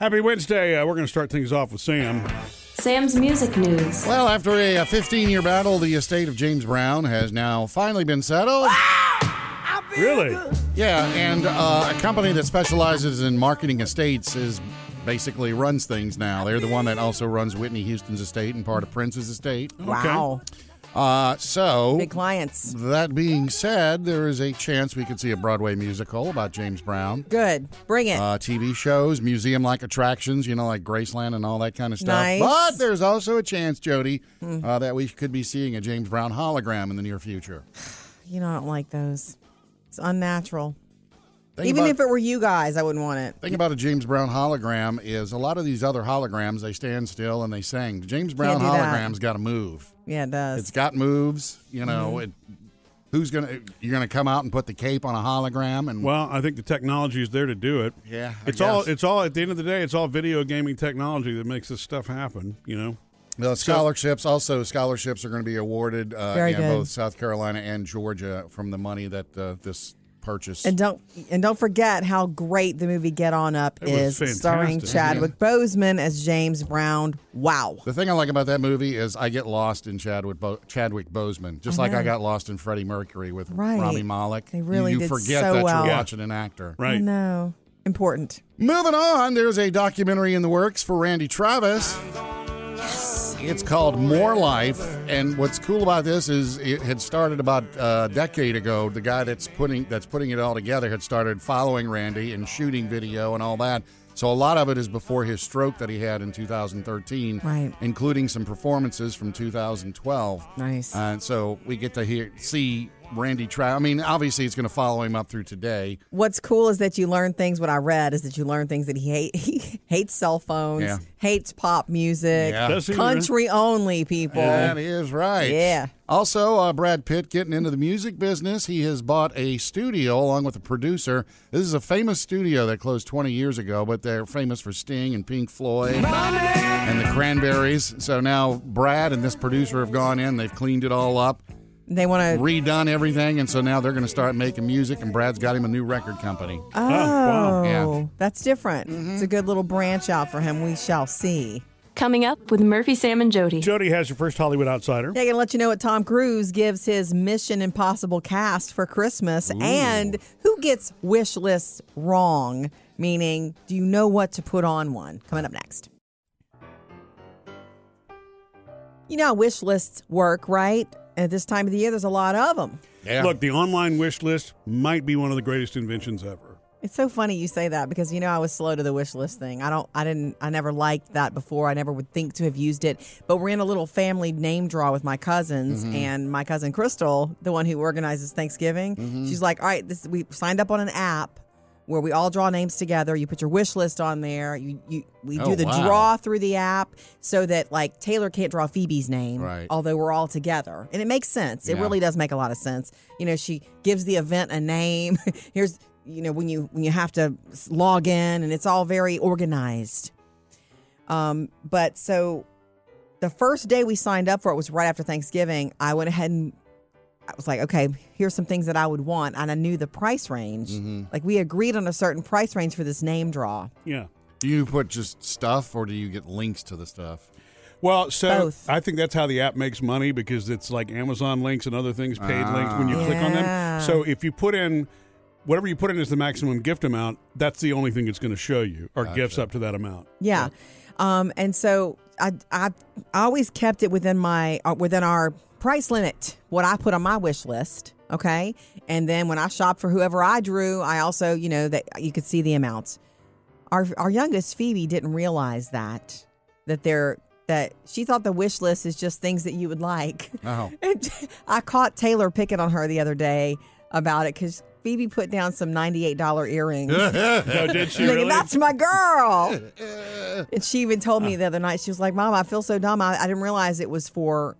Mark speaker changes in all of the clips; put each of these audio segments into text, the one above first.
Speaker 1: Happy Wednesday. Uh, we're going to start things off with Sam.
Speaker 2: Sam's Music News.
Speaker 3: Well, after a 15 year battle, the estate of James Brown has now finally been settled.
Speaker 1: Really?
Speaker 3: Yeah, and uh, a company that specializes in marketing estates is basically runs things now. They're the one that also runs Whitney Houston's estate and part of Prince's estate.
Speaker 4: Wow.
Speaker 3: Uh, so,
Speaker 4: Big clients.
Speaker 3: that being said, there is a chance we could see a Broadway musical about James Brown.
Speaker 4: Good. Bring it.
Speaker 3: Uh, TV shows, museum like attractions, you know, like Graceland and all that kind of stuff.
Speaker 4: Nice. Hmm.
Speaker 3: But there's also a chance, Jody, uh, that we could be seeing a James Brown hologram in the near future.
Speaker 4: you know, I don't like those. It's unnatural.
Speaker 3: Think
Speaker 4: Even
Speaker 3: about-
Speaker 4: if it were you guys, I wouldn't want it.
Speaker 3: thing about a James Brown hologram is a lot of these other holograms they stand still and they sing. The James Brown
Speaker 4: Can't do that.
Speaker 3: hologram's got to move.
Speaker 4: Yeah, it does.
Speaker 3: It's got moves. You know,
Speaker 4: Mm-hmm.
Speaker 3: it, who's gonna you're gonna come out and put the cape on a hologram and
Speaker 1: Well, I think the technology is there to do it.
Speaker 3: Yeah, I
Speaker 1: It's all
Speaker 3: guess.
Speaker 1: it's all at the end of the day, it's all video gaming technology that makes this stuff happen, you know.
Speaker 3: the scholarships also scholarships are going to be awarded uh,
Speaker 4: Very
Speaker 3: in
Speaker 4: good.
Speaker 3: both South Carolina and Georgia from the money that uh, this purchase.
Speaker 4: and don't and don't forget how great the movie Get On Up
Speaker 1: It was
Speaker 4: is, starring
Speaker 1: fantastic.
Speaker 4: Chadwick Boseman as James Brown. Wow.
Speaker 3: the thing I like about that movie is I get lost in Chadwick Bo- Chadwick Boseman, just like I got lost in Freddie Mercury with
Speaker 4: Right.
Speaker 3: Rami Malek.
Speaker 4: They really
Speaker 3: you, you
Speaker 4: did
Speaker 3: forget
Speaker 4: so
Speaker 3: that
Speaker 4: well.
Speaker 3: you're
Speaker 4: Yeah.
Speaker 3: watching an actor.
Speaker 4: I
Speaker 1: Right.
Speaker 4: know. Important.
Speaker 3: Moving on, there's a documentary in the works for Randy Travis. It's called More Life, and what's cool about this is it had started about a decade ago. The guy that's putting that's putting it all together had started following Randy and shooting video and all that. So a lot of it is before his stroke that he had in 2013,
Speaker 4: Right.
Speaker 3: including some performances from 2012.
Speaker 4: Nice.
Speaker 3: Uh, and so we get to hear see Randy Travis. I mean, obviously it's going to follow him up through today.
Speaker 4: What's cool is that you learn things. What I read is that you learn things that he hate. He hates cell phones.
Speaker 3: Yeah.
Speaker 4: Hates pop music.
Speaker 3: Yeah.
Speaker 1: Does he, man?
Speaker 4: Country only people.
Speaker 3: That is right.
Speaker 4: Yeah.
Speaker 3: Also, uh, Brad Pitt getting into the music business. He has bought a studio along with a producer. This is a famous studio that closed 20 years ago, but they're famous for Sting and Pink Floyd and the Cranberries. So now Brad and this producer have gone in, they've cleaned it all up,
Speaker 4: They want to.
Speaker 3: redone everything, and so now they're going to start making music, and Brad's got him a new record company.
Speaker 4: Oh,
Speaker 1: Uh, wow.
Speaker 3: Yeah.
Speaker 4: that's different. It's a good little branch out for him. We shall see.
Speaker 2: Coming up with Murphy, Sam, and Jody.
Speaker 1: Jody has your first Hollywood outsider.
Speaker 4: Yeah, gonna let you know what Tom Cruise gives his Mission Impossible cast for Christmas, and who gets wish lists wrong. Meaning, do you know what to put on one? Coming up next. You know how wish lists work, right? At this time of the year, there's a lot of them.
Speaker 3: Yeah.
Speaker 1: Look, the online wish list might be one of the greatest inventions ever.
Speaker 4: It's so funny you say that because you know I was slow to the wish list thing. I don't I didn't I never liked that before. I never would think to have used it. But we're in a little family name draw with my cousins
Speaker 3: Mm-hmm.
Speaker 4: and my cousin Crystal, the one who organizes Thanksgiving.
Speaker 3: Mm-hmm.
Speaker 4: She's like, "All right, this we signed up on an app where we all draw names together. You put your wish list on there. You, you we
Speaker 3: Oh,
Speaker 4: do the
Speaker 3: wow.
Speaker 4: draw through the app so that like Taylor can't draw Phoebe's name,
Speaker 3: Right.
Speaker 4: although we're all together. And it makes sense. It
Speaker 3: Yeah.
Speaker 4: really does make a lot of sense. You know, she gives the event a name. Here's you know when you when you have to s- log in and it's all very organized. Um, but so the first day we signed up for it was right after Thanksgiving. I went ahead and I was like, okay, here's some things that I would want, and I knew the price range. Like we agreed on a certain price range for this name draw.
Speaker 1: Yeah.
Speaker 3: Do you put just stuff, or do you get links to the stuff?
Speaker 1: Well, so
Speaker 4: Both.
Speaker 1: I think that's how the app makes money because it's like Amazon links and other things, paid links when you click on them.
Speaker 4: Yeah.
Speaker 1: So if you put in whatever you put in is the maximum gift amount, that's the only thing it's going to show you are gifts up to that amount.
Speaker 4: Yeah. Um, and so I, I I always kept it within my uh, within our price limit, what I put on my wish list. Okay. And then when I shopped for whoever I drew, I also, you know, that you could see the amounts. Our our youngest Phoebe didn't realize that that they're that she thought the wish list is just things that you would like.
Speaker 3: Oh.
Speaker 4: And I caught Taylor picking on her the other day about it because Phoebe put down some $98 earrings.
Speaker 1: So did she
Speaker 4: I'm thinking,
Speaker 1: really?
Speaker 4: That's my girl. and she even told me the other night, she was like, Mom, I feel so dumb. I, I didn't realize it was for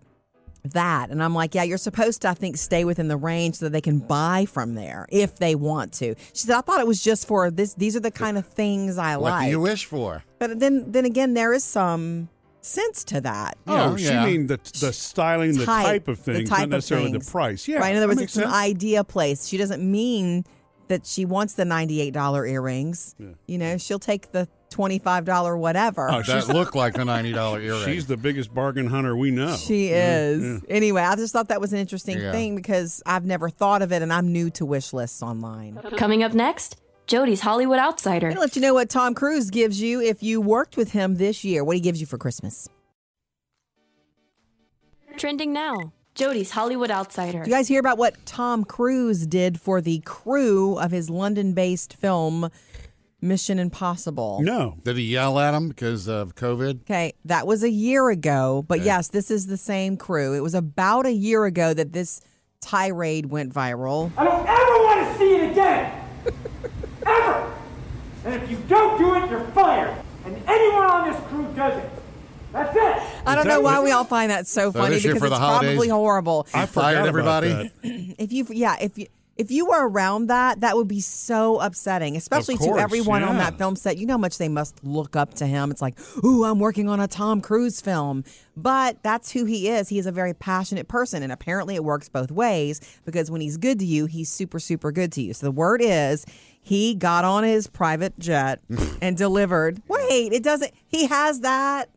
Speaker 4: that. And I'm like, Yeah, you're supposed to, I think, stay within the range so that they can buy from there if they want to. She said, I thought it was just for this. These are the kind of things I
Speaker 3: What do
Speaker 4: like.
Speaker 3: you wish for?
Speaker 4: but then, then again, there is some sense to that.
Speaker 1: Oh,
Speaker 3: Yeah,
Speaker 1: she
Speaker 3: yeah.
Speaker 1: mean the the styling, the type, of
Speaker 4: the
Speaker 1: things,
Speaker 4: type
Speaker 1: not
Speaker 4: of
Speaker 1: necessarily
Speaker 4: things.
Speaker 1: the price. Yeah,
Speaker 4: Right. In other
Speaker 1: that
Speaker 4: words,
Speaker 1: makes
Speaker 4: it's an
Speaker 1: sense.
Speaker 4: idea place. She doesn't mean that she wants the $98 earrings. You know, she'll take the $25 whatever.
Speaker 1: Oh, she's
Speaker 3: That looked like the ninety dollar earring.
Speaker 1: She's the biggest bargain hunter we know.
Speaker 4: She is. Anyway, I just thought that was an interesting
Speaker 3: Yeah.
Speaker 4: thing because I've never thought of it and I'm new to wish lists online.
Speaker 2: Coming up next, Jody's Hollywood Outsider.
Speaker 4: I'm going to let you know what Tom Cruise gives you if you worked with him this year, what he gives you for Christmas.
Speaker 2: Trending now, Jody's Hollywood Outsider.
Speaker 4: You guys hear about what Tom Cruise did for the crew of his London based film, Mission Impossible?
Speaker 1: No.
Speaker 3: Did he yell at him because of COVID?
Speaker 4: Okay, that was a year ago, but yes, this is the same crew. It was about a year ago that this tirade went viral.
Speaker 5: I don't ever want to see it again. ever. And if you don't do it, you're fired. And anyone on this crew does it. That's it.
Speaker 4: I don't know
Speaker 1: that
Speaker 4: why
Speaker 1: what-
Speaker 4: we all find that so
Speaker 3: So
Speaker 4: funny
Speaker 3: this year
Speaker 4: because
Speaker 3: for the
Speaker 4: it's
Speaker 3: holidays-
Speaker 4: probably horrible.
Speaker 3: I
Speaker 1: Forgot
Speaker 3: fired
Speaker 1: about
Speaker 3: everybody.
Speaker 1: that.
Speaker 4: If you, yeah, if you. If you were around that, that would be so upsetting, especially
Speaker 1: course,
Speaker 4: to everyone on
Speaker 1: yeah.
Speaker 4: that film set. You know how much they must look up to him. It's like, ooh, I'm working on a Tom Cruise film. But that's who he is. He is a very passionate person. And apparently it works both ways because when he's good to you, he's super, super good to you. So the word is he got on his private jet and delivered. Wait, it doesn't, he has that.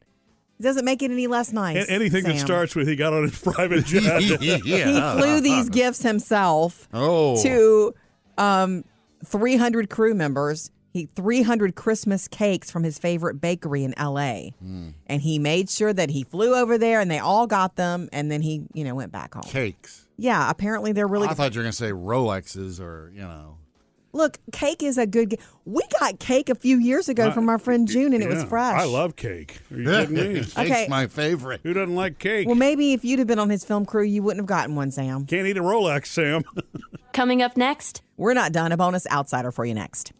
Speaker 4: It doesn't make it any less nice.
Speaker 1: A- anything that
Speaker 4: Sam.
Speaker 1: starts with he got on his private jet.
Speaker 4: He
Speaker 3: yeah.
Speaker 4: flew these gifts himself
Speaker 3: uh-huh. Oh.
Speaker 4: to um, 300 crew members. He 300 Christmas cakes from his favorite bakery in L.A.
Speaker 1: Hmm.
Speaker 4: And he made sure that he flew over there, and they all got them. And then he, you know, went back home.
Speaker 3: Cakes.
Speaker 4: Yeah, apparently they're really
Speaker 3: I thought you were gonna say Rolexes or you know.
Speaker 4: look. Cake is a good. G- we got cake a few years ago from our friend June, and it was
Speaker 1: Uh, Yeah.
Speaker 4: fresh.
Speaker 1: I love cake. Are you kidding me?
Speaker 3: Cake's
Speaker 4: Okay.
Speaker 3: my favorite.
Speaker 1: Who doesn't like cake?
Speaker 4: Well, maybe if you'd have been on his film crew, you wouldn't have gotten one, Sam.
Speaker 1: Can't eat a Rolex, Sam.
Speaker 2: Coming up next,
Speaker 4: We're not done. A bonus outsider for you next.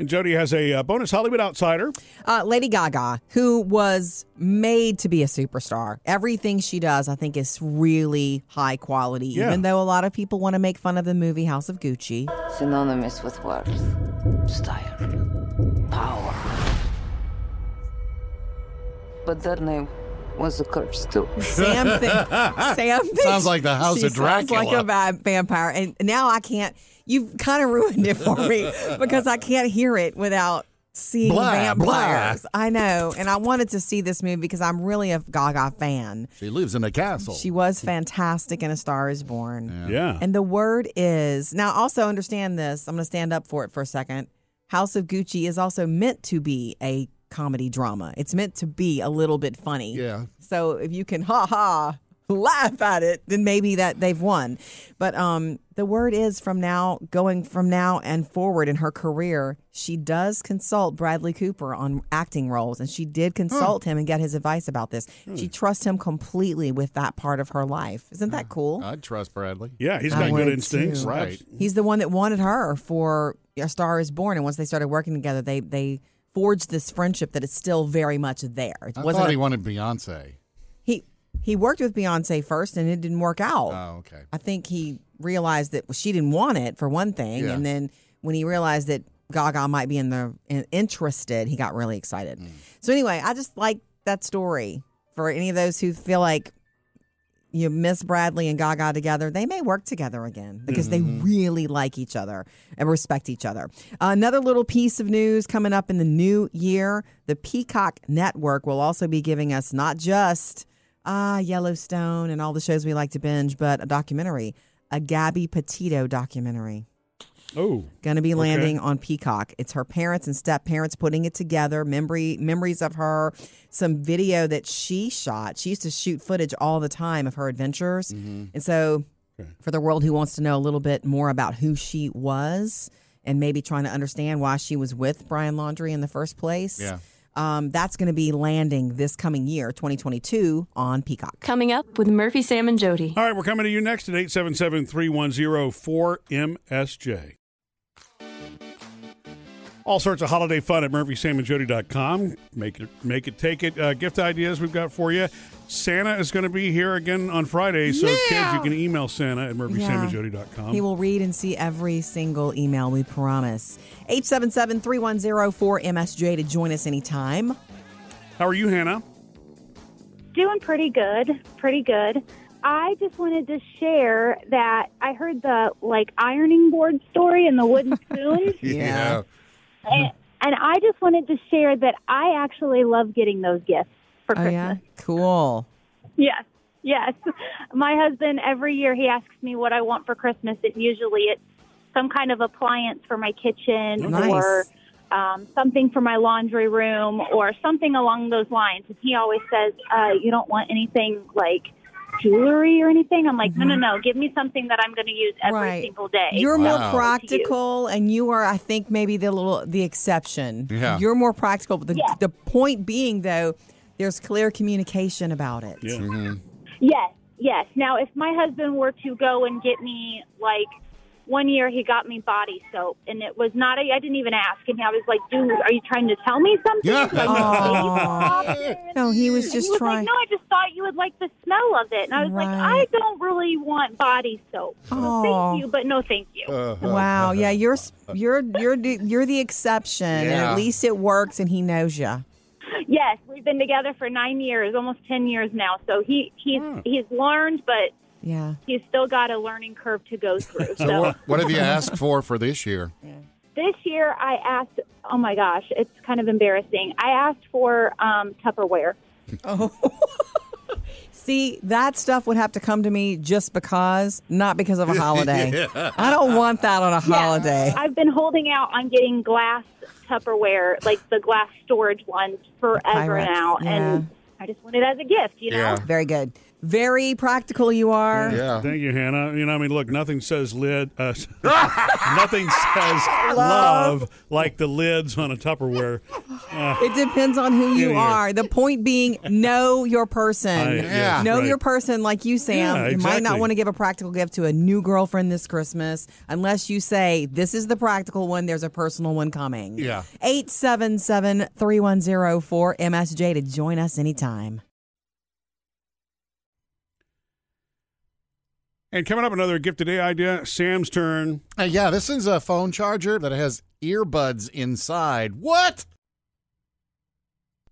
Speaker 1: and Jody has a uh, bonus Hollywood outsider.
Speaker 4: Uh, Lady Gaga, who was made to be a superstar. Everything she does, I think, is really high quality,
Speaker 1: Yeah.
Speaker 4: even though a lot of people want to make fun of the movie House of Gucci.
Speaker 6: synonymous with worth, style, power. But that name was a curse too.
Speaker 4: Sam, thi- Sam thinks
Speaker 3: Sounds like the House
Speaker 4: she
Speaker 3: of
Speaker 4: Sounds like
Speaker 3: Dracula.
Speaker 4: a va- vampire, and now I can't. You've kind of ruined it for me because I can't hear it without seeing
Speaker 3: Blah,
Speaker 4: vampires. I know, and I wanted to see this movie because I'm really a Gaga fan.
Speaker 3: She lives in a castle.
Speaker 4: She was fantastic in A Star Is Born.
Speaker 1: Yeah.
Speaker 4: And the word is now also understand this. I'm going to stand up for it for a second. House of Gucci is also meant to be a comedy drama. It's meant to be a little bit funny.
Speaker 3: Yeah.
Speaker 4: So if you can ha ha laugh at it, then maybe that they've won. But um the word is from now going from now and forward in her career, she does consult Bradley Cooper on acting roles and she did consult him and get his advice about this. She trusts him completely with that part of her life. Isn't that cool?
Speaker 3: I'd trust Bradley.
Speaker 1: yeah, he's
Speaker 4: I
Speaker 1: got
Speaker 4: would
Speaker 1: good instincts.
Speaker 4: too.
Speaker 3: Right.
Speaker 4: He's the one that wanted her for A Star Is Born, and once they started working together, they they forged this friendship that is still very much there. It
Speaker 3: I
Speaker 4: wasn't
Speaker 3: thought
Speaker 4: a-
Speaker 3: he wanted Beyonce.
Speaker 4: he he worked with Beyonce first, and it didn't work out.
Speaker 3: Oh, okay.
Speaker 4: I think he realized that she didn't want it for one thing,
Speaker 3: Yeah.
Speaker 4: and then when he realized that Gaga might be in the in, interested, he got really excited. So anyway, I just like that story for any of those who feel like you miss Bradley and Gaga together. They may work together again because they really like each other and respect each other. Another little piece of news coming up in the new year: the Peacock Network will also be giving us not just ah Yellowstone and all the shows we like to binge, but a documentary, a Gabby Petito documentary
Speaker 1: Oh,
Speaker 4: going to be landing on Peacock. It's her parents and step parents putting it together. Memory memories of her, some video that she shot. She used to shoot footage all the time of her adventures, and so for the world who wants to know a little bit more about who she was and maybe trying to understand why she was with Brian Laundry in the first place.
Speaker 3: Yeah.
Speaker 4: Um, that's going to be landing this coming year, 2022, on Peacock.
Speaker 2: coming up with Murphy, Sam, and Jody.
Speaker 1: all right. We're coming to you next at 877 310 4MSJ. All sorts of holiday fun at murphysamandjody.com. Make it, make it, take it. Uh, gift ideas we've got for you. Santa is going to be here again on Friday. So, kids, you can email Santa at murphysamandjody.com.
Speaker 4: He will read and see every single email, we promise. 877 310 4MSJ to join us anytime.
Speaker 1: How are you, Hannah?
Speaker 7: Doing pretty good, pretty good. I just wanted to share that I heard the like ironing board story and the wooden spoon.
Speaker 4: Yeah.
Speaker 7: and, and I just wanted to share that I actually love getting those gifts for
Speaker 4: Oh
Speaker 7: Christmas.
Speaker 4: yeah, cool.
Speaker 7: Yes, yes. My husband every year he asks me what I want for Christmas, and usually it's some kind of appliance for my kitchen
Speaker 4: Oh, Nice.
Speaker 7: or um, something for my laundry room or something along those lines. And he always says, uh, "You don't want anything like." Jewelry or anything? I'm like, no, no, no. Give me something that I'm going to use every
Speaker 4: Mm-hmm. right.
Speaker 7: single day.
Speaker 4: You're
Speaker 3: Wow.
Speaker 4: more practical, and you are, I think, maybe the little the exception.
Speaker 3: Yeah.
Speaker 4: You're more practical, but the,
Speaker 7: Yeah.
Speaker 4: the point being, though, there's clear communication about it.
Speaker 1: Yeah.
Speaker 7: Yes, yes. Now, if my husband were to go and get me, like, one year he got me body soap, and it was not, I I didn't even ask. And I was like, dude, are you trying to tell me something?
Speaker 3: Yeah.
Speaker 7: Like, "Baby, stop
Speaker 4: Aw.
Speaker 7: it."
Speaker 4: No, he was
Speaker 7: And
Speaker 4: just
Speaker 7: he was
Speaker 4: trying.
Speaker 7: like, no, I just thought you would like the smell of it. And I was like,
Speaker 4: Right.
Speaker 7: I don't really want body soap. So
Speaker 4: Aw.
Speaker 7: Thank you, but no thank you.
Speaker 4: Uh.
Speaker 3: Uh-huh.
Speaker 4: wow. Yeah, you're s- you're you're the- you're the exception, and
Speaker 3: Yeah.
Speaker 4: at least it works, and he knows you.
Speaker 7: Yes, we've been together for nine years, almost 10 years now. So he, he's,
Speaker 1: Hmm.
Speaker 7: he's learned, but
Speaker 4: Yeah.
Speaker 7: he's still got a learning curve to go through.
Speaker 3: So,
Speaker 7: so
Speaker 3: What, what have you asked for for this year?
Speaker 7: this year I asked, oh my gosh, it's kind of embarrassing. I asked for um, Tupperware.
Speaker 4: Oh. See, that stuff would have to come to me just because, not because of a holiday. I don't want that on a holiday.
Speaker 7: I've been holding out on getting glass Tupperware, like the glass storage ones, forever
Speaker 4: Pyrex,
Speaker 7: now. And I just want it as a gift, you know?
Speaker 3: Yeah.
Speaker 4: Very good. Very practical you are.
Speaker 3: Yeah.
Speaker 1: Thank you, Hannah. You know, I mean, look, nothing says lid. Uh, nothing says love like the lids on a Tupperware.
Speaker 4: It depends on who you
Speaker 1: Yeah, yeah.
Speaker 4: are. The point being, know your person.
Speaker 1: I-
Speaker 3: Yeah.
Speaker 4: Know
Speaker 1: right.
Speaker 4: your person, like you, Sam.
Speaker 1: Yeah,
Speaker 4: You might not
Speaker 1: exactly.
Speaker 4: want to give a practical gift to a new girlfriend this Christmas unless you say, This is the practical one, there's a personal one coming.
Speaker 3: Yeah.
Speaker 4: 877 3104 MSJ to join us anytime.
Speaker 1: And coming up, another gift today idea. Sam's turn.
Speaker 3: Uh, yeah, this is a phone charger that has earbuds inside. What?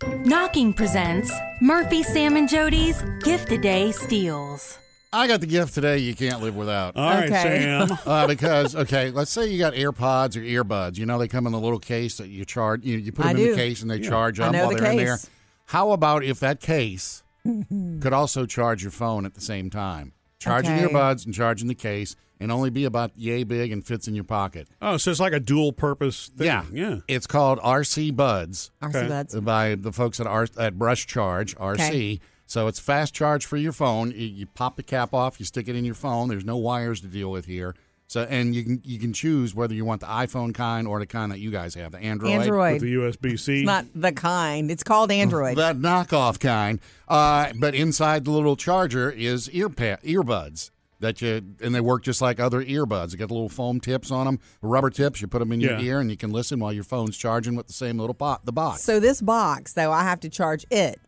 Speaker 8: Knocking presents Murphy, Sam, and Jody's Gift a Day Steals.
Speaker 3: I got the gift today you can't live without.
Speaker 1: All right,
Speaker 4: Okay.
Speaker 1: Sam.
Speaker 3: Uh, because okay, let's say you got AirPods or earbuds. You know they come in a little case that you charge. You, you put
Speaker 4: I
Speaker 3: them in
Speaker 4: do.
Speaker 3: the case and they charge
Speaker 4: I
Speaker 3: them
Speaker 4: know
Speaker 3: while
Speaker 4: the
Speaker 3: they're in there.
Speaker 4: case.
Speaker 3: How about if that case could also charge your phone at the same time? Charging
Speaker 4: Okay.
Speaker 3: earbuds and charging the case, and only be about yay big and fits in your pocket.
Speaker 1: Oh, so it's like a dual purpose thing.
Speaker 3: Yeah,
Speaker 1: Yeah.
Speaker 3: It's called RC Buds.
Speaker 4: RC
Speaker 1: Okay.
Speaker 4: Buds.
Speaker 3: by the folks at, R- at Brush Charge RC.
Speaker 4: Okay.
Speaker 3: So it's fast charge for your phone. You, you pop the cap off, you stick it in your phone. There's no wires to deal with here. So and you can you can choose whether you want the iPhone kind or the kind that you guys have, the Android.
Speaker 1: With
Speaker 4: Android.
Speaker 1: the USB C.
Speaker 4: It's not the kind, it's called Android.
Speaker 3: That knockoff kind, uh, but inside the little charger is ear pa- earbuds that you and they work just like other earbuds. You got the little foam tips on them, rubber tips. You put them in your
Speaker 1: Yeah.
Speaker 3: ear and you can listen while your phone's charging with the same little pot, the box.
Speaker 4: So this box, though, I have to charge it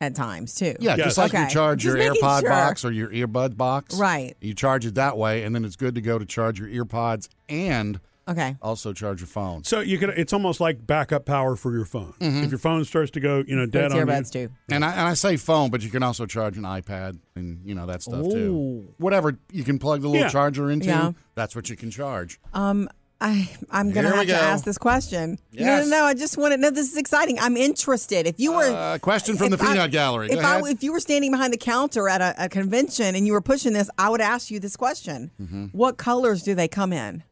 Speaker 4: at times too.
Speaker 3: Yeah,
Speaker 1: Yes.
Speaker 3: just like you
Speaker 4: Okay.
Speaker 3: charge
Speaker 4: Just
Speaker 3: your
Speaker 4: making
Speaker 3: AirPod
Speaker 4: sure.
Speaker 3: box or your earbud box.
Speaker 4: Right.
Speaker 3: You charge it that way, and then it's good to go to charge your earpods and
Speaker 4: Okay.
Speaker 3: also charge your phone.
Speaker 1: So you could. It's almost like backup power for your phone.
Speaker 3: Mm-hmm.
Speaker 1: If your phone starts to go, you know, dead
Speaker 4: It's
Speaker 1: on you.
Speaker 4: earbuds too.
Speaker 3: And I, and I say phone, but you can also charge an iPad and you know that stuff too. Whatever you can plug the little
Speaker 1: Yeah.
Speaker 3: charger into,
Speaker 4: Yeah.
Speaker 3: that's what you can charge.
Speaker 4: Um, I I'm gonna
Speaker 3: Here we
Speaker 4: have to
Speaker 3: go.
Speaker 4: ask this question.
Speaker 3: Yes.
Speaker 4: No, no, no. I just want to. No, this is exciting. I'm interested. If you were
Speaker 3: Uh, question from
Speaker 4: if
Speaker 3: the
Speaker 4: I-
Speaker 3: peanut gallery. Go
Speaker 4: If I,
Speaker 3: ahead.
Speaker 4: if you were standing behind the counter at a, a convention and you were pushing this, I would ask you this question:
Speaker 3: Mm-hmm.
Speaker 4: What colors do they come in?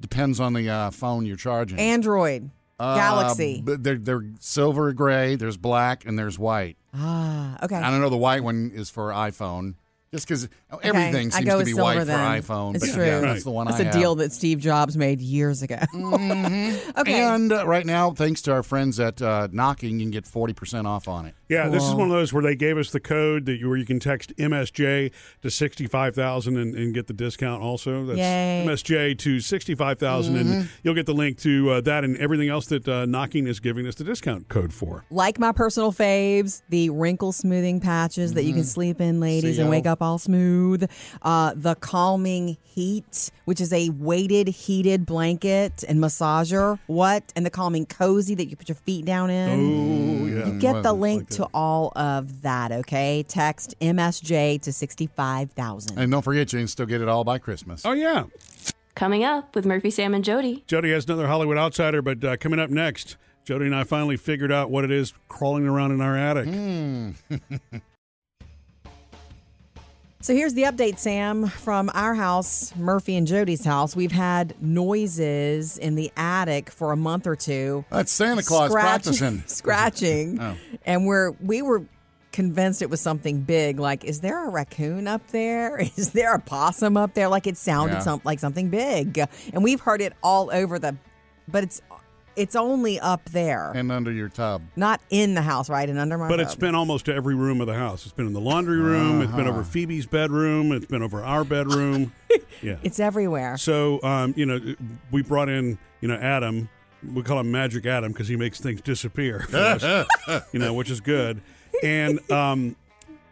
Speaker 3: Depends on the uh, phone you're charging.
Speaker 4: Android,
Speaker 3: Uh,
Speaker 4: Galaxy.
Speaker 3: But they're, they're silver gray, there's black, and there's white.
Speaker 4: ah, okay.
Speaker 3: I don't know. The white one is for iPhone. Just because everything
Speaker 4: I
Speaker 3: seems
Speaker 4: go
Speaker 3: to
Speaker 4: with
Speaker 3: be
Speaker 4: silver
Speaker 3: white
Speaker 4: then.
Speaker 3: for iPhone.
Speaker 4: It's
Speaker 3: but yeah,
Speaker 4: true.
Speaker 3: that's the one
Speaker 4: That's
Speaker 3: I
Speaker 4: a
Speaker 3: have.
Speaker 4: deal that Steve Jobs made years ago. okay.
Speaker 3: And uh, right now, thanks to our friends at uh, Knocking, you can get 40% off on it.
Speaker 1: Yeah, this is one of those where they gave us the code that you, where you can text MSJ to sixty five thousand and, and get the discount. Also, that's
Speaker 4: Yay. Mm-hmm.
Speaker 1: MSJ to sixty and you'll get the link to uh, that and everything else that uh, Knocking is giving us the discount code for.
Speaker 4: like my personal faves, the wrinkle smoothing patches that you
Speaker 3: Mm-hmm.
Speaker 4: can sleep in, ladies, and
Speaker 3: CO.
Speaker 4: wake up all smooth. Uh, the calming heat, which is a weighted heated blanket and massager. What? And the calming cozy that you put your feet down in.
Speaker 1: Oh yeah,
Speaker 4: You get the link to all of that, okay? Text MSJ to 65,000.
Speaker 3: And don't forget, you can still get it all by Christmas.
Speaker 1: oh yeah.
Speaker 2: Coming up with Murphy, Sam, and Jody.
Speaker 1: Jody has another Hollywood outsider, but uh, coming up next, Jody and I finally figured out what it is crawling around in our attic.
Speaker 4: Mm, So here's the update, Sam, from our house, Murphy and Jody's house. We've had noises in the attic for a month or two.
Speaker 1: Uh,
Speaker 3: That's Santa Claus practicing.
Speaker 4: scratching,
Speaker 3: Oh.
Speaker 4: and we're we were convinced it was something big. Like, is there a raccoon up there? Is there a possum up there? Like, it sounded
Speaker 3: Yeah.
Speaker 4: some, like something big, and we've heard it all over the, but it's it's only up there,
Speaker 3: And under your tub.
Speaker 4: not in the house, right? And under my.
Speaker 1: But
Speaker 4: rug.
Speaker 1: it's been almost to every room of the house. It's been in the laundry room. It's been over
Speaker 4: Uh-huh.
Speaker 1: Phoebe's bedroom. It's been over our bedroom. yeah.
Speaker 4: it's everywhere.
Speaker 1: So, um, you know, we brought in, you know, Adam. We call him Magic Adam because he makes things disappear, for us, you know, which is good. And um,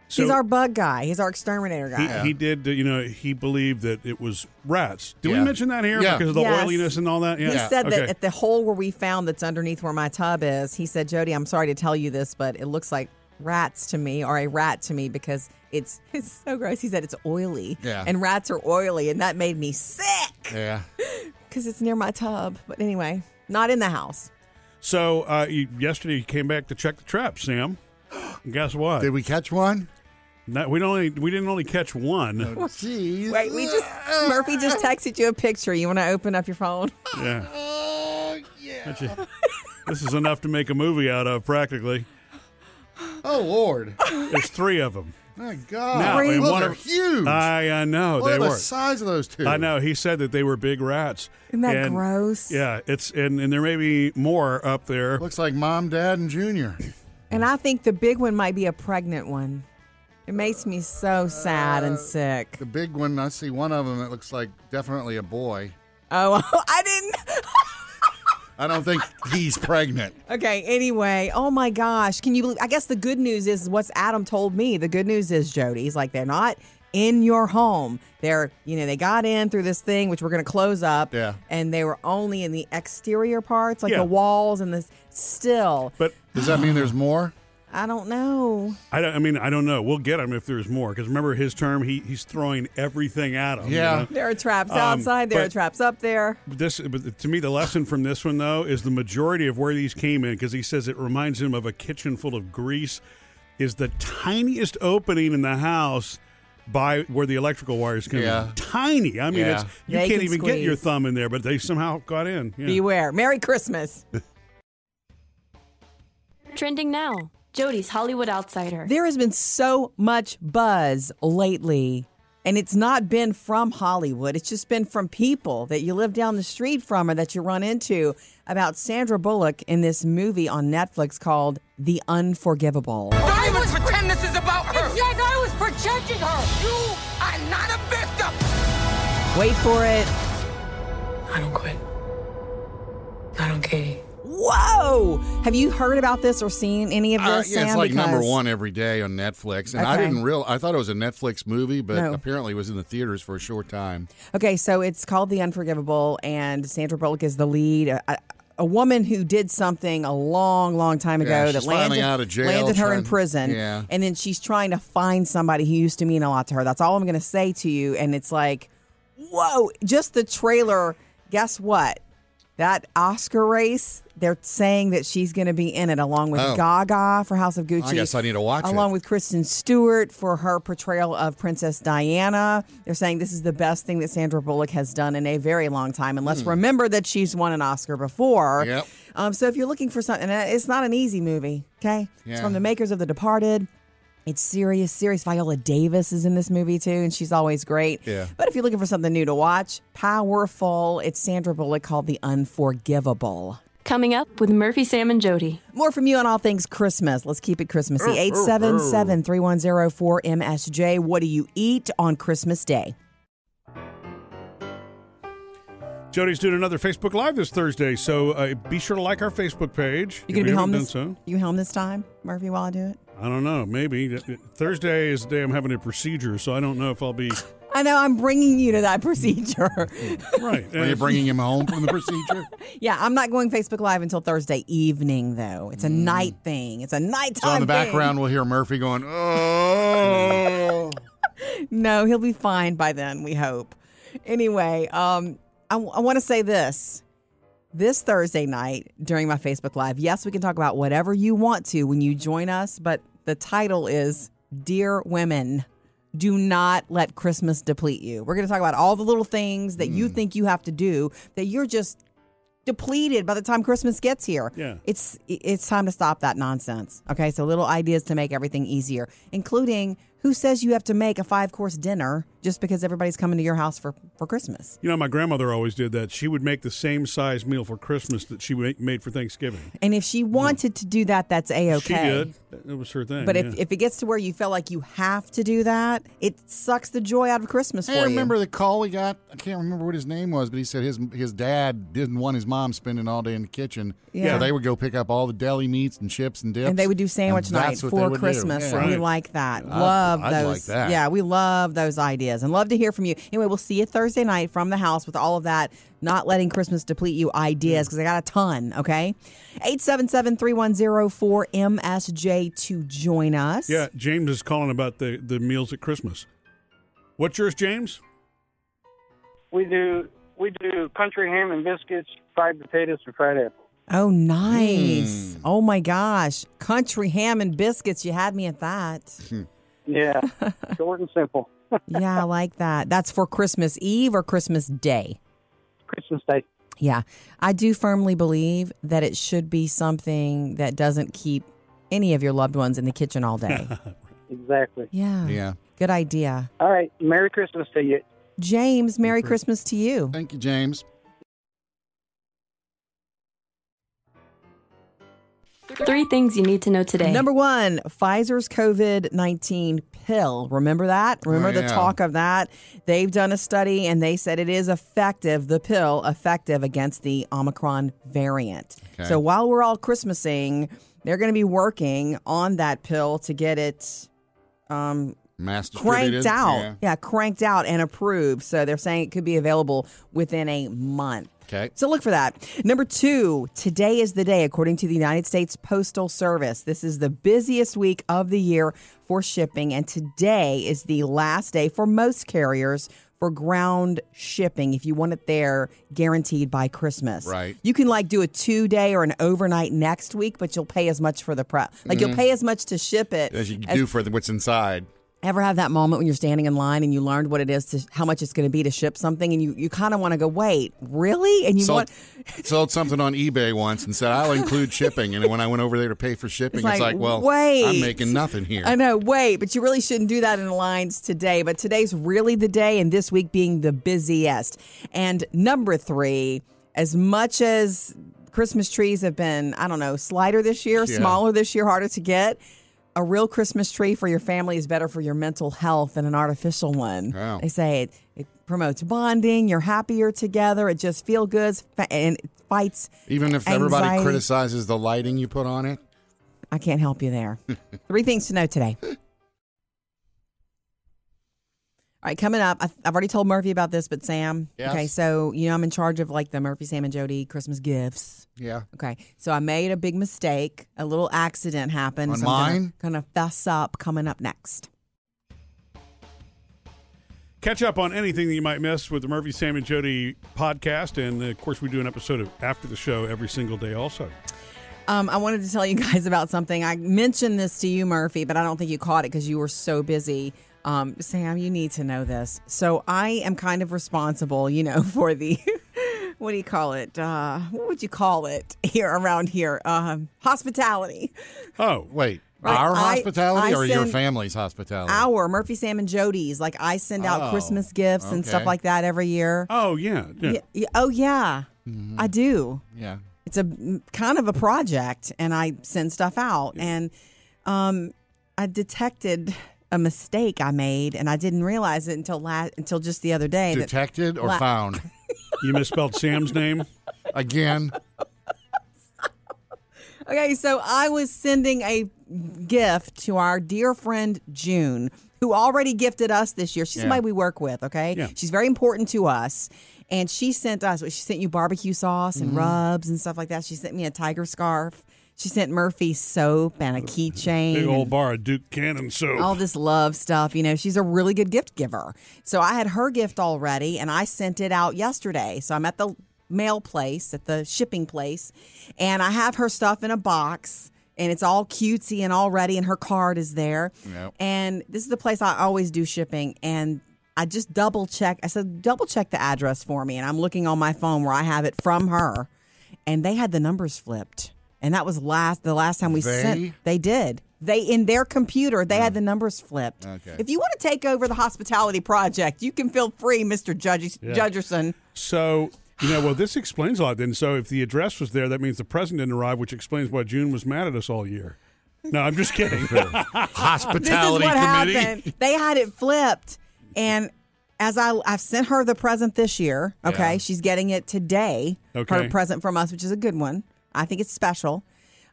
Speaker 1: so
Speaker 4: He's our bug guy. He's our exterminator guy.
Speaker 1: he, he did, you know, he believed that it was rats. Did
Speaker 3: Yeah.
Speaker 1: we mention that here
Speaker 3: Yeah.
Speaker 1: because of the
Speaker 4: Yes.
Speaker 1: oiliness and all that? Yeah.
Speaker 4: He said
Speaker 1: okay.
Speaker 4: that at the hole where we found that's underneath where my tub is, he said, Jody, I'm sorry to tell you this, but it looks like rats to me or a rat to me because it's it's so gross. He said it's oily.
Speaker 3: Yeah.
Speaker 4: And rats are oily, and that made me sick
Speaker 3: Yeah.
Speaker 4: because it's near my tub. But anyway, not in the house.
Speaker 1: so uh, you, yesterday he came back to check the trap, Sam. And Guess what?
Speaker 3: Did we catch one?
Speaker 1: Not- we only we didn't only catch one.
Speaker 3: Jeez.
Speaker 4: Wait, we just Murphy just texted you a picture. You want to open up your phone?
Speaker 1: Yeah.
Speaker 3: Oh, yeah.
Speaker 1: This is enough to make a movie out of practically.
Speaker 3: Oh, Lord.
Speaker 1: There's three of them.
Speaker 3: My God.
Speaker 1: Now, and
Speaker 3: Those
Speaker 1: one
Speaker 3: are
Speaker 1: of-
Speaker 3: huge.
Speaker 1: I I know
Speaker 3: what
Speaker 1: they
Speaker 3: are the
Speaker 1: were.
Speaker 3: size of those two?
Speaker 1: I know he said that they were big rats.
Speaker 4: Isn't that
Speaker 1: And-
Speaker 4: gross?
Speaker 1: Yeah, it's and, and there may be more up there.
Speaker 3: Looks like mom, dad, and junior.
Speaker 4: And I think the big one might be a pregnant one. It makes me so sad and sick.
Speaker 3: The big one, I see one of them that looks like definitely a boy.
Speaker 4: Oh, I didn't.
Speaker 3: I don't think he's pregnant.
Speaker 4: Okay, anyway, oh my gosh. Can you believe? I guess the good news is what's Adam told me. The good news is, Jody, he's like, they're not in your home. They're, you know, they got in through this thing, which we're going to close up.
Speaker 3: Yeah.
Speaker 4: And they were only in the exterior parts, like
Speaker 1: Yeah.
Speaker 4: the walls and the still.
Speaker 1: But
Speaker 3: Does that mean there's more?
Speaker 4: I don't know.
Speaker 1: I, don't, I mean I don't know. We'll get him if there's more because remember his term he he's throwing everything at him.
Speaker 3: Yeah.
Speaker 4: There are traps
Speaker 1: Um,
Speaker 4: outside, there are
Speaker 1: but-
Speaker 4: traps up there.
Speaker 1: This but to me the lesson from this one though is the majority of where these came in because he says it reminds him of a kitchen full of grease is the tiniest opening in the house by where the electrical wires come
Speaker 3: Yeah.
Speaker 1: in. Tiny. I mean
Speaker 3: Yeah.
Speaker 1: it's you
Speaker 4: They
Speaker 1: can't
Speaker 4: can
Speaker 1: even get your
Speaker 4: squeeze.
Speaker 1: thumb in there but they somehow got in. Yeah.
Speaker 4: Beware. Merry Christmas.
Speaker 2: Trending now, Jody's Hollywood Outsider.
Speaker 4: There has been so much buzz lately, and it's not been from Hollywood. It's just been from people that you live down the street from or that you run into about Sandra Bullock in this movie on Netflix called The Unforgivable.
Speaker 9: Don't even pretend this is about her. Yes, I was protecting her. You are not a victim.
Speaker 4: Wait for it.
Speaker 9: I don't quit. I don't, Katie.
Speaker 4: Whoa! Have you heard about this or seen any of this?
Speaker 3: Uh, yeah,
Speaker 4: Sam?
Speaker 3: it's like number
Speaker 4: Because-
Speaker 3: one every day on Netflix, and I
Speaker 4: Okay.
Speaker 3: didn't real. I thought it was a Netflix movie, but
Speaker 4: No.
Speaker 3: apparently it was in the theaters for a short time.
Speaker 4: Okay, so it's called The Unforgivable, and Sandra Bullock is the lead. A, a- a woman who did something a long, long time ago
Speaker 3: Yeah,
Speaker 4: that
Speaker 3: she's finally
Speaker 4: landed,
Speaker 3: out of jail,
Speaker 4: landed her in
Speaker 3: trying-
Speaker 4: prison.
Speaker 3: yeah.
Speaker 4: And then she's trying to find somebody who used to mean a lot to her. That's all I'm going to say to you. And it's like, whoa, just the trailer. Guess what? That Oscar race, they're saying that she's going to be in it along with
Speaker 3: Oh.
Speaker 4: Gaga for House of Gucci.
Speaker 3: guess I need to watch it.
Speaker 4: Along with Kristen Stewart for her portrayal of Princess Diana. They're saying this is the best thing that Sandra Bullock has done in a very long time. And let's remember that she's won an Oscar before.
Speaker 3: Hmm. Yep.
Speaker 4: Um, so if you're looking for something, and it's not an easy movie, okay? It's
Speaker 3: Yeah.
Speaker 4: from the makers of The Departed. It's serious, serious. Viola Davis is in this movie too, and she's always great.
Speaker 3: Yeah.
Speaker 4: But if you're looking for something new to watch, powerful, it's Sandra Bullock called The Unforgivable.
Speaker 2: Coming up with Murphy, Sam, and Jody.
Speaker 4: More from you on all things Christmas. Let's keep it Christmassy. 877 3104 MSJ. What do you eat on Christmas Day?
Speaker 1: Jody's doing another Facebook Live this Thursday, so uh, be sure to like our Facebook page.
Speaker 4: You gonna
Speaker 1: If
Speaker 4: be
Speaker 1: you
Speaker 4: home
Speaker 1: haven't
Speaker 4: this?
Speaker 1: done
Speaker 4: You home this time, Murphy? While I do it,
Speaker 1: so. I don't know. Maybe Thursday is the day I'm having a procedure, so I don't know if I'll be
Speaker 4: I know I'm bringing you to that procedure.
Speaker 1: right.
Speaker 3: Are you bringing him home from the procedure?
Speaker 4: yeah, I'm not going Facebook Live until Thursday evening, though. It's a night thing. It's a nighttime.
Speaker 3: so in the
Speaker 4: thing.
Speaker 3: background, we'll hear Murphy going, "Oh."
Speaker 4: No, he'll be fine by then. We hope. Anyway, um, I, want to say this. This Thursday night during my Facebook Live, yes, we can talk about whatever you want to when you join us, but the title is Dear Women, Do Not Let Christmas Deplete You. We're going to talk about all the little things that
Speaker 1: Mm.
Speaker 4: you think you have to do that you're just depleted by the time Christmas gets here.
Speaker 1: Yeah.
Speaker 4: It's it's time to stop that nonsense. Okay, so little ideas to make everything easier, including who says you have to make a five-course dinner just because everybody's coming to your house for for Christmas.
Speaker 1: You know, my grandmother always did that. She would make the same size meal for Christmas that she wa- made for Thanksgiving.
Speaker 4: And if she wanted to do that, that's a okay.
Speaker 1: Mm-hmm. She did. That that was her thing.
Speaker 4: But
Speaker 1: yeah.
Speaker 4: if, if it gets to where you feel like you have to do that, it sucks the joy out of Christmas for
Speaker 3: I remember
Speaker 4: you.
Speaker 3: the call we got. I can't remember what his name was, but he said his his dad didn't want his mom spending all day in the kitchen.
Speaker 4: Yeah.
Speaker 3: So they would go pick up all the deli meats and chips and dips.
Speaker 4: And they would do sandwich
Speaker 3: and
Speaker 4: night
Speaker 3: that's what they
Speaker 4: for
Speaker 3: would do.
Speaker 4: Christmas.
Speaker 3: Yeah.
Speaker 4: And we
Speaker 1: Right.
Speaker 4: like that.
Speaker 3: I-
Speaker 4: love
Speaker 3: I'd
Speaker 4: those.
Speaker 3: like that.
Speaker 4: Yeah, we love those ideas and love to hear from you. Anyway, we'll see you Thursday night from the house with all of that not letting Christmas deplete you ideas because I got a ton, okay? 877-310-4MSJ to join us.
Speaker 1: yeah, James is calling about the, the meals at Christmas. What's yours, James?
Speaker 10: We do we do country ham and biscuits, fried potatoes, and fried apples.
Speaker 4: Oh,
Speaker 3: Hmm.
Speaker 4: nice. Oh, my gosh. Country ham and biscuits. You had me at that.
Speaker 10: Yeah, short and simple.
Speaker 4: yeah, I like that. That's for Christmas Eve or Christmas Day.
Speaker 10: Christmas Day.
Speaker 4: Yeah. I do firmly believe that it should be something that doesn't keep any of your loved ones in the kitchen all day.
Speaker 10: Exactly.
Speaker 4: yeah.
Speaker 3: Yeah.
Speaker 4: Good idea.
Speaker 10: All right. Merry Christmas to you.
Speaker 4: James, Merry Christmas to you.
Speaker 3: Thank you, James.
Speaker 2: Three things you need to know today.
Speaker 4: Number one, Pfizer's COVID 19 pill. Remember that? Remember the
Speaker 3: Oh, yeah.
Speaker 4: talk of that? They've done a study and they said it is effective, the pill, effective against the Omicron variant.
Speaker 3: Okay.
Speaker 4: So while we're all Christmasing, they're going to be working on that pill to get it um,
Speaker 3: Mass
Speaker 4: cranked
Speaker 3: distributed.
Speaker 4: out.
Speaker 3: Yeah.
Speaker 4: cranked out and approved. So they're saying it could be available within a month.
Speaker 3: Okay.
Speaker 4: So look for that. Number two, today is the day, according to the United States Postal Service. This is the busiest week of the year for shipping, and today is the last day for most carriers for ground shipping if you want it there guaranteed by Christmas.
Speaker 3: Right.
Speaker 4: You can like do a two day or an overnight next week, but you'll pay as much for the prep. Like
Speaker 3: Mm.
Speaker 4: you'll pay as much to ship it
Speaker 3: As you do for the, what's inside.
Speaker 4: Ever have that moment when you're standing in line and you learned what it is to how much it's going to be to ship something, and you, you kind of want to go, wait, really? And you
Speaker 3: Sold,
Speaker 4: want
Speaker 3: sold something on eBay once and said, I'll include shipping. And when I went over there to pay for shipping, it's
Speaker 4: It's
Speaker 3: like,
Speaker 4: like,
Speaker 3: well,
Speaker 4: wait.
Speaker 3: I'm making nothing here.
Speaker 4: I know, wait, but you really shouldn't do that in lines today. But today's really the day, and this week being the busiest. And number three, as much as Christmas trees have been, I don't know, slighter this year,
Speaker 3: Yeah.
Speaker 4: smaller this year, harder to get. A real Christmas tree for your family is better for your mental health than an artificial one.
Speaker 3: Wow.
Speaker 4: They say it, it promotes bonding, you're happier together, it just feel good, and it fights.
Speaker 3: Even if everybody
Speaker 4: anxiety.
Speaker 3: criticizes the lighting you put on it.
Speaker 4: I can't help you there. Three things to know today. All right, coming up, I- I've already told Murphy about this, but Sam.
Speaker 3: Yes.
Speaker 4: Okay, so you know I'm in charge of like the Murphy, Sam, and Jody Christmas gifts.
Speaker 3: Yeah.
Speaker 4: Okay, so I made a big mistake. A little accident happened.
Speaker 3: On
Speaker 4: so I'm gonna-
Speaker 3: mine?
Speaker 4: gonna fess up. Coming up next.
Speaker 1: Catch up on anything that you might miss with the Murphy, Sam, and Jody podcast. And uh, of course, we do an episode of after the show every single day, also.
Speaker 4: Um, I wanted to tell you guys about something. I mentioned this to you, Murphy, but I don't think you caught it because you were so busy. Um, Sam, you need to know this. So I am kind of responsible, you know, for the what do you call it? Uh, what would you call it here around here? Um, hospitality.
Speaker 1: Oh,
Speaker 3: Wait,
Speaker 4: Right,
Speaker 3: our
Speaker 4: I-
Speaker 3: hospitality
Speaker 4: I
Speaker 3: or your
Speaker 4: send-
Speaker 3: family's hospitality?
Speaker 4: Our Murphy, Sam, and Jody's. Like I send out
Speaker 3: Oh,
Speaker 4: Christmas gifts and stuff
Speaker 3: okay.
Speaker 4: like that every year.
Speaker 1: oh, yeah. yeah.
Speaker 4: Y- y- oh yeah,
Speaker 3: Mm-hmm.
Speaker 4: I do.
Speaker 3: Yeah.
Speaker 4: it's a m- kind of a project and i send stuff out and um, i detected a mistake i made and i didn't realize it until la- until just the other day that
Speaker 3: Detected or
Speaker 4: La-
Speaker 3: found?
Speaker 1: You misspelled Sam's name.
Speaker 3: Again,
Speaker 4: okay so i was sending a gift to our dear friend june who already gifted us this year she's somebody we work with okay
Speaker 1: Yeah.
Speaker 4: she's very important to us
Speaker 1: Mm-hmm.
Speaker 4: and she sent us she sent you barbecue sauce and rubs and stuff like that she sent me a tiger scarf She sent Murphy soap and a keychain.
Speaker 1: Big
Speaker 4: and-
Speaker 1: old bar of Duke Cannon soap.
Speaker 4: all this love stuff. You know, she's a really good gift giver. So I had her gift already and I sent it out yesterday. So I'm at the mail place, at the shipping place, and I have her stuff in a box and it's all cutesy and all ready and her card is there.
Speaker 3: Yep.
Speaker 4: And this is the place I always do shipping and I just double check. I said, double check the address for me. And I'm looking on my phone where I have it from her. And they had the numbers flipped. And that was last the last time we
Speaker 3: They?
Speaker 4: sent they did. They in their computer, they had the numbers flipped.
Speaker 3: Okay.
Speaker 4: If you want to take over the hospitality project, you can feel free, Mr. Judge- Judgerson.
Speaker 1: So, you know, well, this explains a lot then. So, if the address was there, that means the present didn't arrive, which explains why June was mad at us all year. No, I'm just kidding.
Speaker 4: This is
Speaker 3: Hospitality
Speaker 4: what
Speaker 3: committee.
Speaker 4: happened. They had it flipped, and as I I've sent her the present this year. Okay,
Speaker 3: Yeah.
Speaker 4: she's getting it today.
Speaker 1: Okay.
Speaker 4: Her present from us, which is a good one. I think it's special.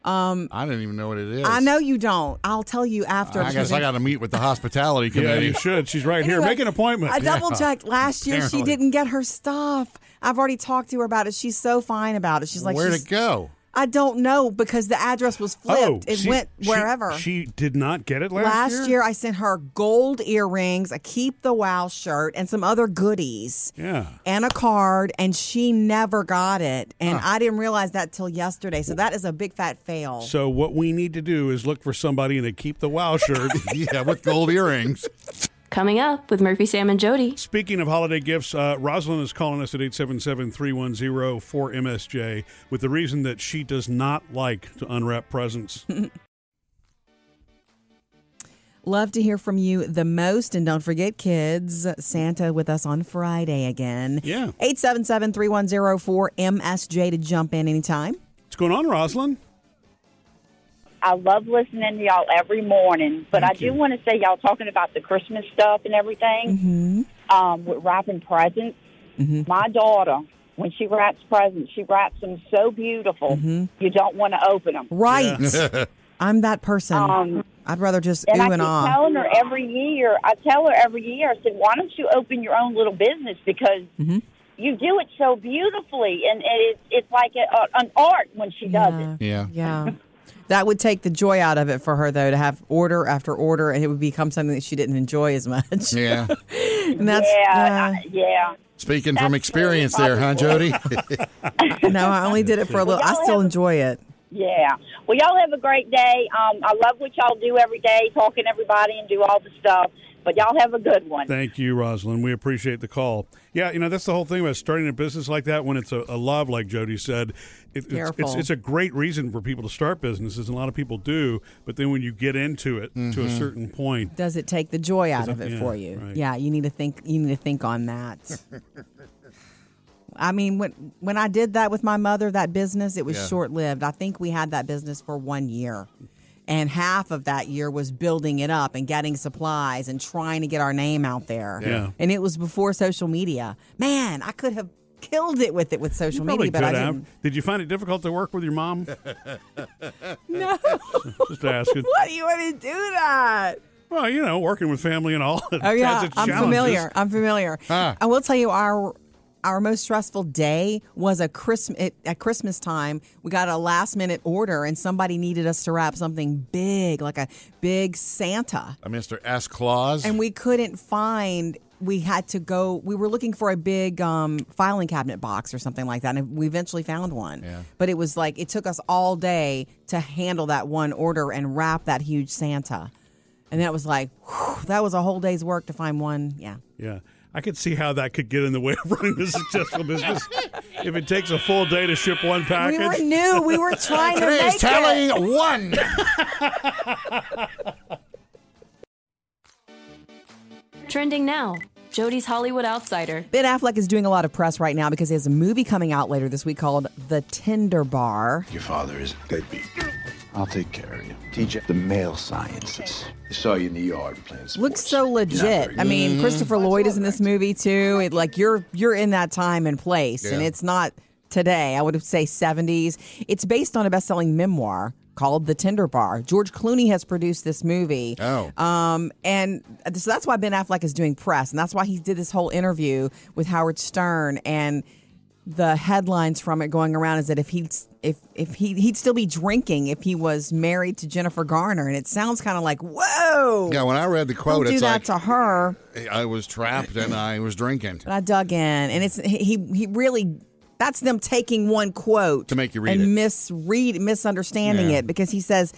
Speaker 3: I didn't even know what it is.
Speaker 4: I know you don't. I'll tell you after.
Speaker 3: I guess I got to meet with the hospitality
Speaker 1: yeah,
Speaker 3: committee.
Speaker 1: you should. She's right here.
Speaker 4: Anyway,
Speaker 1: Make an appointment.
Speaker 4: I double checked last year. She
Speaker 3: Apparently.
Speaker 4: didn't get her stuff. I've already talked to her about it. She's so fine about it. She's like,
Speaker 3: Where'd
Speaker 4: she's-
Speaker 3: it go?
Speaker 4: I don't know because the address was flipped. it
Speaker 1: Oh, she-
Speaker 4: went
Speaker 1: she-
Speaker 4: wherever.
Speaker 1: She, did not get it last,
Speaker 4: Last year? I sent her gold earrings, a Keep the Wow shirt, and some other goodies,
Speaker 1: Yeah.
Speaker 4: and a card, and she never got it. And I didn't realize that till yesterday. So that is a big fat fail.
Speaker 1: So, what we need to do is look for somebody in a keep the wow shirt.
Speaker 3: yeah, with gold earrings.
Speaker 2: Coming up with Murphy, Sam, and Jody.
Speaker 1: Speaking of holiday gifts, uh, Rosalind is calling us at 877 310 4MSJ with the reason that she does not like to unwrap presents.
Speaker 4: Love to hear from you the most. And don't forget, kids, Santa with us on Friday again.
Speaker 1: Yeah.
Speaker 4: 877 msj to jump in anytime.
Speaker 1: What's going on, Rosalind?
Speaker 7: I love listening to y'all every morning, but
Speaker 1: Thank
Speaker 7: I do
Speaker 1: you.
Speaker 7: want to say y'all talking about the Christmas stuff and everything
Speaker 1: Mm-hmm.
Speaker 7: um, with wrapping presents. My daughter, when she wraps presents, she wraps them so beautiful.
Speaker 1: Mm-hmm.
Speaker 7: You don't want to open them.
Speaker 4: Right. I'm that person.
Speaker 7: Um,
Speaker 4: I'd rather just
Speaker 7: And
Speaker 4: ooh
Speaker 7: I
Speaker 4: and
Speaker 7: keep
Speaker 4: ah.
Speaker 7: telling her every year. I tell her every year. I said, "Why don't you open your own little business? Because
Speaker 4: Mm-hmm.
Speaker 7: you do it so beautifully, and it, it's like a, a, an art when she does it."
Speaker 3: Yeah.
Speaker 4: Yeah. That would take the joy out of it for her, though, to have order after order, and it would become something that she didn't enjoy as much.
Speaker 3: Yeah.
Speaker 4: And that's
Speaker 7: yeah, I- yeah.
Speaker 3: Speaking from
Speaker 7: That's
Speaker 3: experience
Speaker 7: really
Speaker 3: there, huh, Jody?
Speaker 4: uh, no, I only did it for a little. I
Speaker 7: y'all
Speaker 4: still
Speaker 7: have-
Speaker 4: enjoy it.
Speaker 7: Yeah. Well, y'all have a great day. Um, I love what y'all do every day, talking to everybody and do all the stuff. But y'all have a good one.
Speaker 1: Thank you, Rosalind. We appreciate the call. Yeah, you know that's the whole thing about starting a business like that. When it's a, a love, like Jody said, it, it's, it's
Speaker 4: Careful.
Speaker 1: it's a great reason for people to start businesses, and a lot of people do. But then when you get into it to a certain point,
Speaker 4: Does it take the joy out of it
Speaker 1: yeah,
Speaker 4: for you?
Speaker 1: right.
Speaker 4: Yeah, you need to think. You need to think on that. I mean, when when I did that with my mother, that business it was
Speaker 3: Yeah.
Speaker 4: short lived. I think we had that business for one year, and half of that year was building it up and getting supplies and trying to get our name out there.
Speaker 1: Yeah.
Speaker 4: and it was before social media. Man, I could have killed it with it with social
Speaker 1: probably
Speaker 4: media, but I
Speaker 1: could have.
Speaker 4: didn't.
Speaker 1: Did you find it difficult to work with your mom?
Speaker 4: No,
Speaker 1: Just asking.
Speaker 4: why do you want to do that?
Speaker 1: well, you know, working with family and all.
Speaker 4: Oh yeah,
Speaker 1: its
Speaker 4: I'm
Speaker 1: challenges.
Speaker 4: familiar. I'm familiar.
Speaker 3: Huh.
Speaker 4: I will tell you our our most stressful day was a Christmas at Christmas time. We got a last minute order and somebody needed us to wrap something big, like a big Santa,
Speaker 3: A Mr. Uh, S. Claus.
Speaker 4: and we couldn't find. We had to go. We were looking for a big um, filing cabinet box or something like that, and we eventually found one.
Speaker 3: Yeah.
Speaker 4: But it was like it took us all day to handle that one order and wrap that huge Santa, and that was like whew, that was a whole day's work to find one. Yeah.
Speaker 1: Yeah. I could see how that could get in the way of running a successful business. if it takes a full day to ship one
Speaker 4: We
Speaker 1: package,
Speaker 4: were new. We were trying to
Speaker 3: Today's
Speaker 4: make
Speaker 3: tally
Speaker 4: it.
Speaker 3: one.
Speaker 2: Trending now Jody's Hollywood Outsider.
Speaker 4: Ben Affleck is doing a lot of press right now because he has a movie coming out later this week called The Tinder Bar.
Speaker 11: Your father is a deadbeat. I'll take care of you. Teach you the male sciences. I saw you in the yard playing sports.
Speaker 4: Looks so
Speaker 11: You're not
Speaker 4: legit.
Speaker 11: very
Speaker 4: I
Speaker 11: good.
Speaker 4: mean,
Speaker 3: Mm-hmm.
Speaker 4: Christopher Lloyd is in this movie too. It, like you're you're in that time and place, and
Speaker 3: Yeah.
Speaker 4: it's not today. I would say 70s. It's based on a best-selling memoir called The Tinder Bar. George Clooney has produced this movie.
Speaker 3: Oh.
Speaker 4: Um, and so that's why Ben Affleck is doing press, and that's why he did this whole interview with Howard Stern. And the headlines from it going around is that if he'd if if he he'd still be drinking if he was married to Jennifer Garner, and it sounds kind of like whoa.
Speaker 3: Yeah, when I read the quote,
Speaker 4: Don't do
Speaker 3: it's
Speaker 4: that to
Speaker 3: like
Speaker 4: her.
Speaker 3: I was trapped and I was drinking.
Speaker 4: But I dug in, and it's he he really that's them taking one quote
Speaker 3: To make you read
Speaker 4: and
Speaker 3: it.
Speaker 4: misread misunderstanding
Speaker 3: Yeah.
Speaker 4: it because he says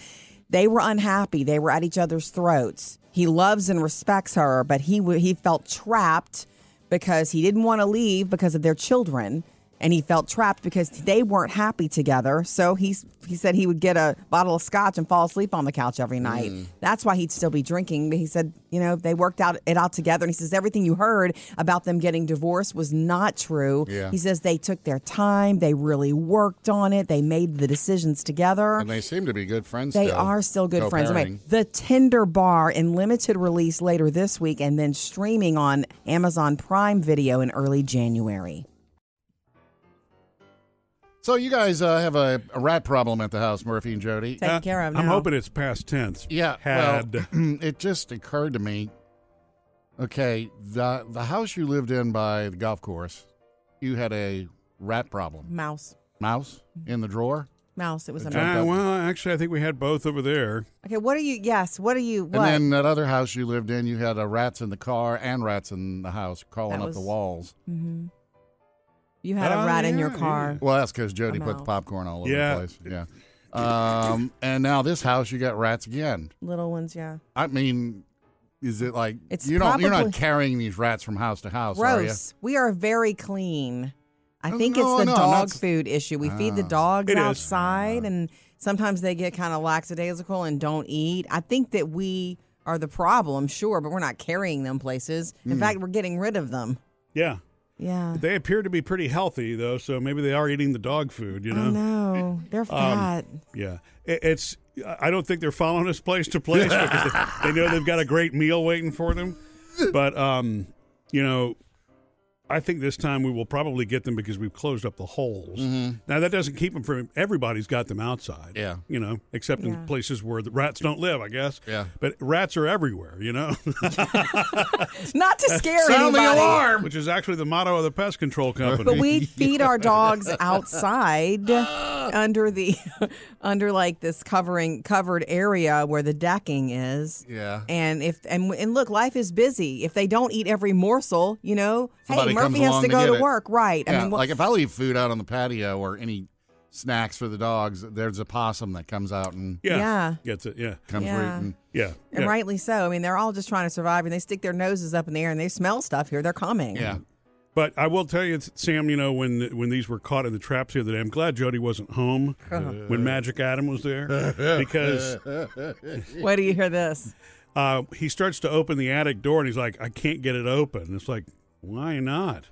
Speaker 4: they were unhappy, they were at each other's throats. He loves and respects her, but he w- he felt trapped because he didn't want to leave because of their children. And he felt trapped because they weren't happy together. So he he said he would get a bottle of scotch and fall asleep on the couch every night.
Speaker 3: Mm.
Speaker 4: That's why he'd still be drinking. But he said, you know, they worked out it out together. And he says everything you heard about them getting divorced was not true.
Speaker 3: Yeah.
Speaker 4: He says they took their time. They really worked on it. They made the decisions together.
Speaker 3: And they seem to be good friends.
Speaker 4: They
Speaker 3: still.
Speaker 4: are still good friends. Anyway,
Speaker 3: Co-parenting.
Speaker 4: the Tinder Bar in limited release later this week and then streaming on Amazon Prime Video in early January.
Speaker 3: So you guys uh, have a, a rat problem at the house, Murphy and Jody. Uh,
Speaker 4: Taken care of
Speaker 1: Uh, I'm
Speaker 4: now.
Speaker 1: hoping it's past tense.
Speaker 3: Yeah.
Speaker 1: Had.
Speaker 3: Well, it just occurred to me. Okay, the the house you lived in by the golf course, you had a rat problem.
Speaker 4: Mouse.
Speaker 3: Mouse in the drawer.
Speaker 4: Mouse. It was a
Speaker 3: Jump
Speaker 1: Ah,
Speaker 3: up.
Speaker 1: well, actually, I think we had both over there.
Speaker 4: Okay, what are you? Yes, what are you? What?
Speaker 3: And then that other house you lived in, you had uh rats in the car and rats in the house crawling
Speaker 4: That
Speaker 3: up
Speaker 4: was-
Speaker 3: the walls.
Speaker 4: Mhm. You had a
Speaker 1: Oh,
Speaker 4: rat in your
Speaker 1: yeah,
Speaker 4: car.
Speaker 3: Well, that's because Jody put the
Speaker 4: mouse.
Speaker 3: popcorn all over
Speaker 1: Yeah.
Speaker 3: the place. Yeah. Um, and now this house, you got rats again.
Speaker 4: Little ones, yeah.
Speaker 3: I mean, is it like
Speaker 4: It's
Speaker 3: you don't, you're not
Speaker 4: probably-
Speaker 3: carrying these rats from house to house, are you?
Speaker 4: Gross. We are very clean. I
Speaker 3: Oh,
Speaker 4: think
Speaker 3: no,
Speaker 4: it's the
Speaker 3: no, I'm not
Speaker 4: dog
Speaker 3: s-
Speaker 4: food issue. We feed the
Speaker 3: Ah.
Speaker 4: dogs
Speaker 1: It is.
Speaker 4: outside, and sometimes they get kind of lackadaisical and don't eat. I think that we are the problem, sure, but we're not carrying them places.
Speaker 3: Hmm.
Speaker 4: In fact, we're getting rid of them.
Speaker 1: Yeah.
Speaker 4: Yeah.
Speaker 1: They appear to be pretty healthy, though, so maybe they are eating the dog food, you know?
Speaker 4: I know.
Speaker 3: Um,
Speaker 4: They're fat.
Speaker 1: Yeah. It, it's. I don't think they're following us place to place because they, they know they've got a great meal waiting for them. But, um, you know, I think this time we will probably get them because we've closed up the holes. Now, that doesn't keep them from everybody's got them outside.
Speaker 3: Mm-hmm. Yeah.
Speaker 1: You know, except in
Speaker 4: Yeah.
Speaker 1: places where the rats don't live, I guess.
Speaker 3: Yeah.
Speaker 1: But rats are everywhere, you know?
Speaker 4: Not to scare
Speaker 3: Sound the
Speaker 4: anybody.
Speaker 3: alarm!
Speaker 1: which is actually the motto of the pest control company.
Speaker 4: But we feed our dogs outside
Speaker 3: Ah.
Speaker 4: under the under like this covering covered area where the decking is.
Speaker 3: Yeah.
Speaker 4: And if and and look, life is busy. If they don't eat every morsel, you know,
Speaker 3: Somebody
Speaker 4: hey,
Speaker 3: comes
Speaker 4: Murphy has
Speaker 3: along
Speaker 4: to
Speaker 3: to
Speaker 4: go
Speaker 3: get
Speaker 4: to
Speaker 3: it.
Speaker 4: work, right?
Speaker 3: yeah,
Speaker 4: I mean, wh-
Speaker 3: like if I leave food out on the patio or any snacks for the dogs, there's a possum that comes out and
Speaker 1: yeah.
Speaker 4: Yeah.
Speaker 1: Gets it. Yeah.
Speaker 3: comes
Speaker 4: Yeah.
Speaker 3: rooting.
Speaker 1: Yeah. yeah.
Speaker 4: and rightly so. I mean, they're all just trying to survive, and they stick their noses up in the air and they smell stuff here. They're coming.
Speaker 3: Yeah.
Speaker 1: But I will tell you, Sam. You know when when these were caught in the traps the other day, I'm glad Jody wasn't home
Speaker 3: Uh-huh.
Speaker 1: when Magic Adam was there because
Speaker 4: Where do you hear this?
Speaker 1: uh, he starts to open the attic door and he's like, "I can't get it open." And it's like, why not?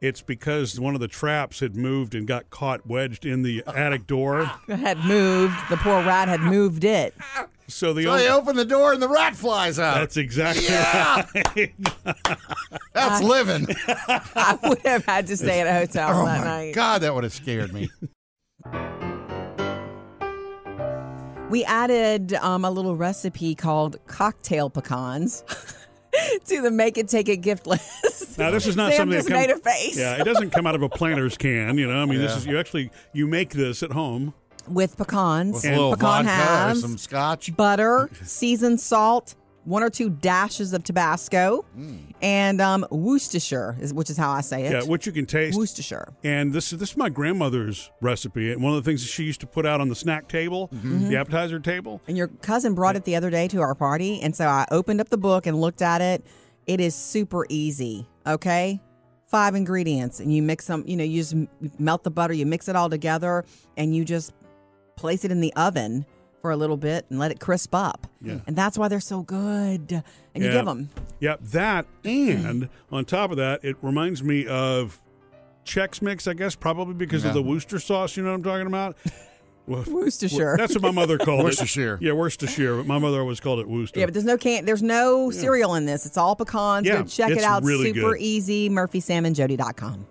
Speaker 1: It's because one of the traps had moved and got caught wedged in the attic door.
Speaker 4: Had moved. The poor rat had moved it.
Speaker 1: So the
Speaker 3: So
Speaker 1: only
Speaker 3: I open the door and the rat flies out.
Speaker 1: that's exactly
Speaker 3: yeah,
Speaker 1: right.
Speaker 3: that's living.
Speaker 4: I would have had to stay at a hotel
Speaker 3: Oh my
Speaker 4: that night.
Speaker 3: god, that would have scared me.
Speaker 4: We added um, a little recipe called cocktail pecans to the make it take it gift list.
Speaker 1: Now this is not
Speaker 4: Sam
Speaker 1: something
Speaker 4: just
Speaker 1: that comes,
Speaker 4: made a face.
Speaker 1: Yeah, it doesn't come out of a planter's can. You know, I mean, this
Speaker 3: Yeah.
Speaker 1: is you actually you make this at home.
Speaker 4: With pecans,
Speaker 3: With a little
Speaker 4: pecan
Speaker 3: vodka
Speaker 4: halves,
Speaker 3: or some scotch.
Speaker 4: butter, seasoned salt, one or two dashes of Tabasco, and um, Worcestershire, is- which is how I say it.
Speaker 1: Yeah, which you can taste.
Speaker 4: Worcestershire.
Speaker 1: And this this is my grandmother's recipe, and one of the things that she used to put out on the snack table,
Speaker 4: Mm-hmm.
Speaker 1: the appetizer table.
Speaker 4: And your cousin brought it the other day to our party, and so I opened up the book and looked at it. It is super easy. Okay, five ingredients, and you mix them. You know, you just m- melt the butter, you mix it all together, and you just place it in the oven for a little bit and let it crisp up.
Speaker 1: Yeah.
Speaker 4: And that's why they're so good. And you
Speaker 1: Yeah.
Speaker 4: give them.
Speaker 1: Yep, that and on top of that, it reminds me of Chex Mix, I guess, probably because
Speaker 3: Yeah.
Speaker 1: of the Worcester sauce. You know what I'm talking about? Well,
Speaker 4: Worcestershire.
Speaker 1: That's what my mother called
Speaker 3: Worcestershire.
Speaker 1: it. Yeah, Worcestershire. But my mother always called it Worcester.
Speaker 4: Yeah, but there's no can. There's no cereal in this. It's all pecans.
Speaker 1: Yeah,
Speaker 4: Go check
Speaker 1: it's
Speaker 4: it out.
Speaker 1: really
Speaker 4: super
Speaker 1: good.
Speaker 4: easy. MurphySamandJody.com.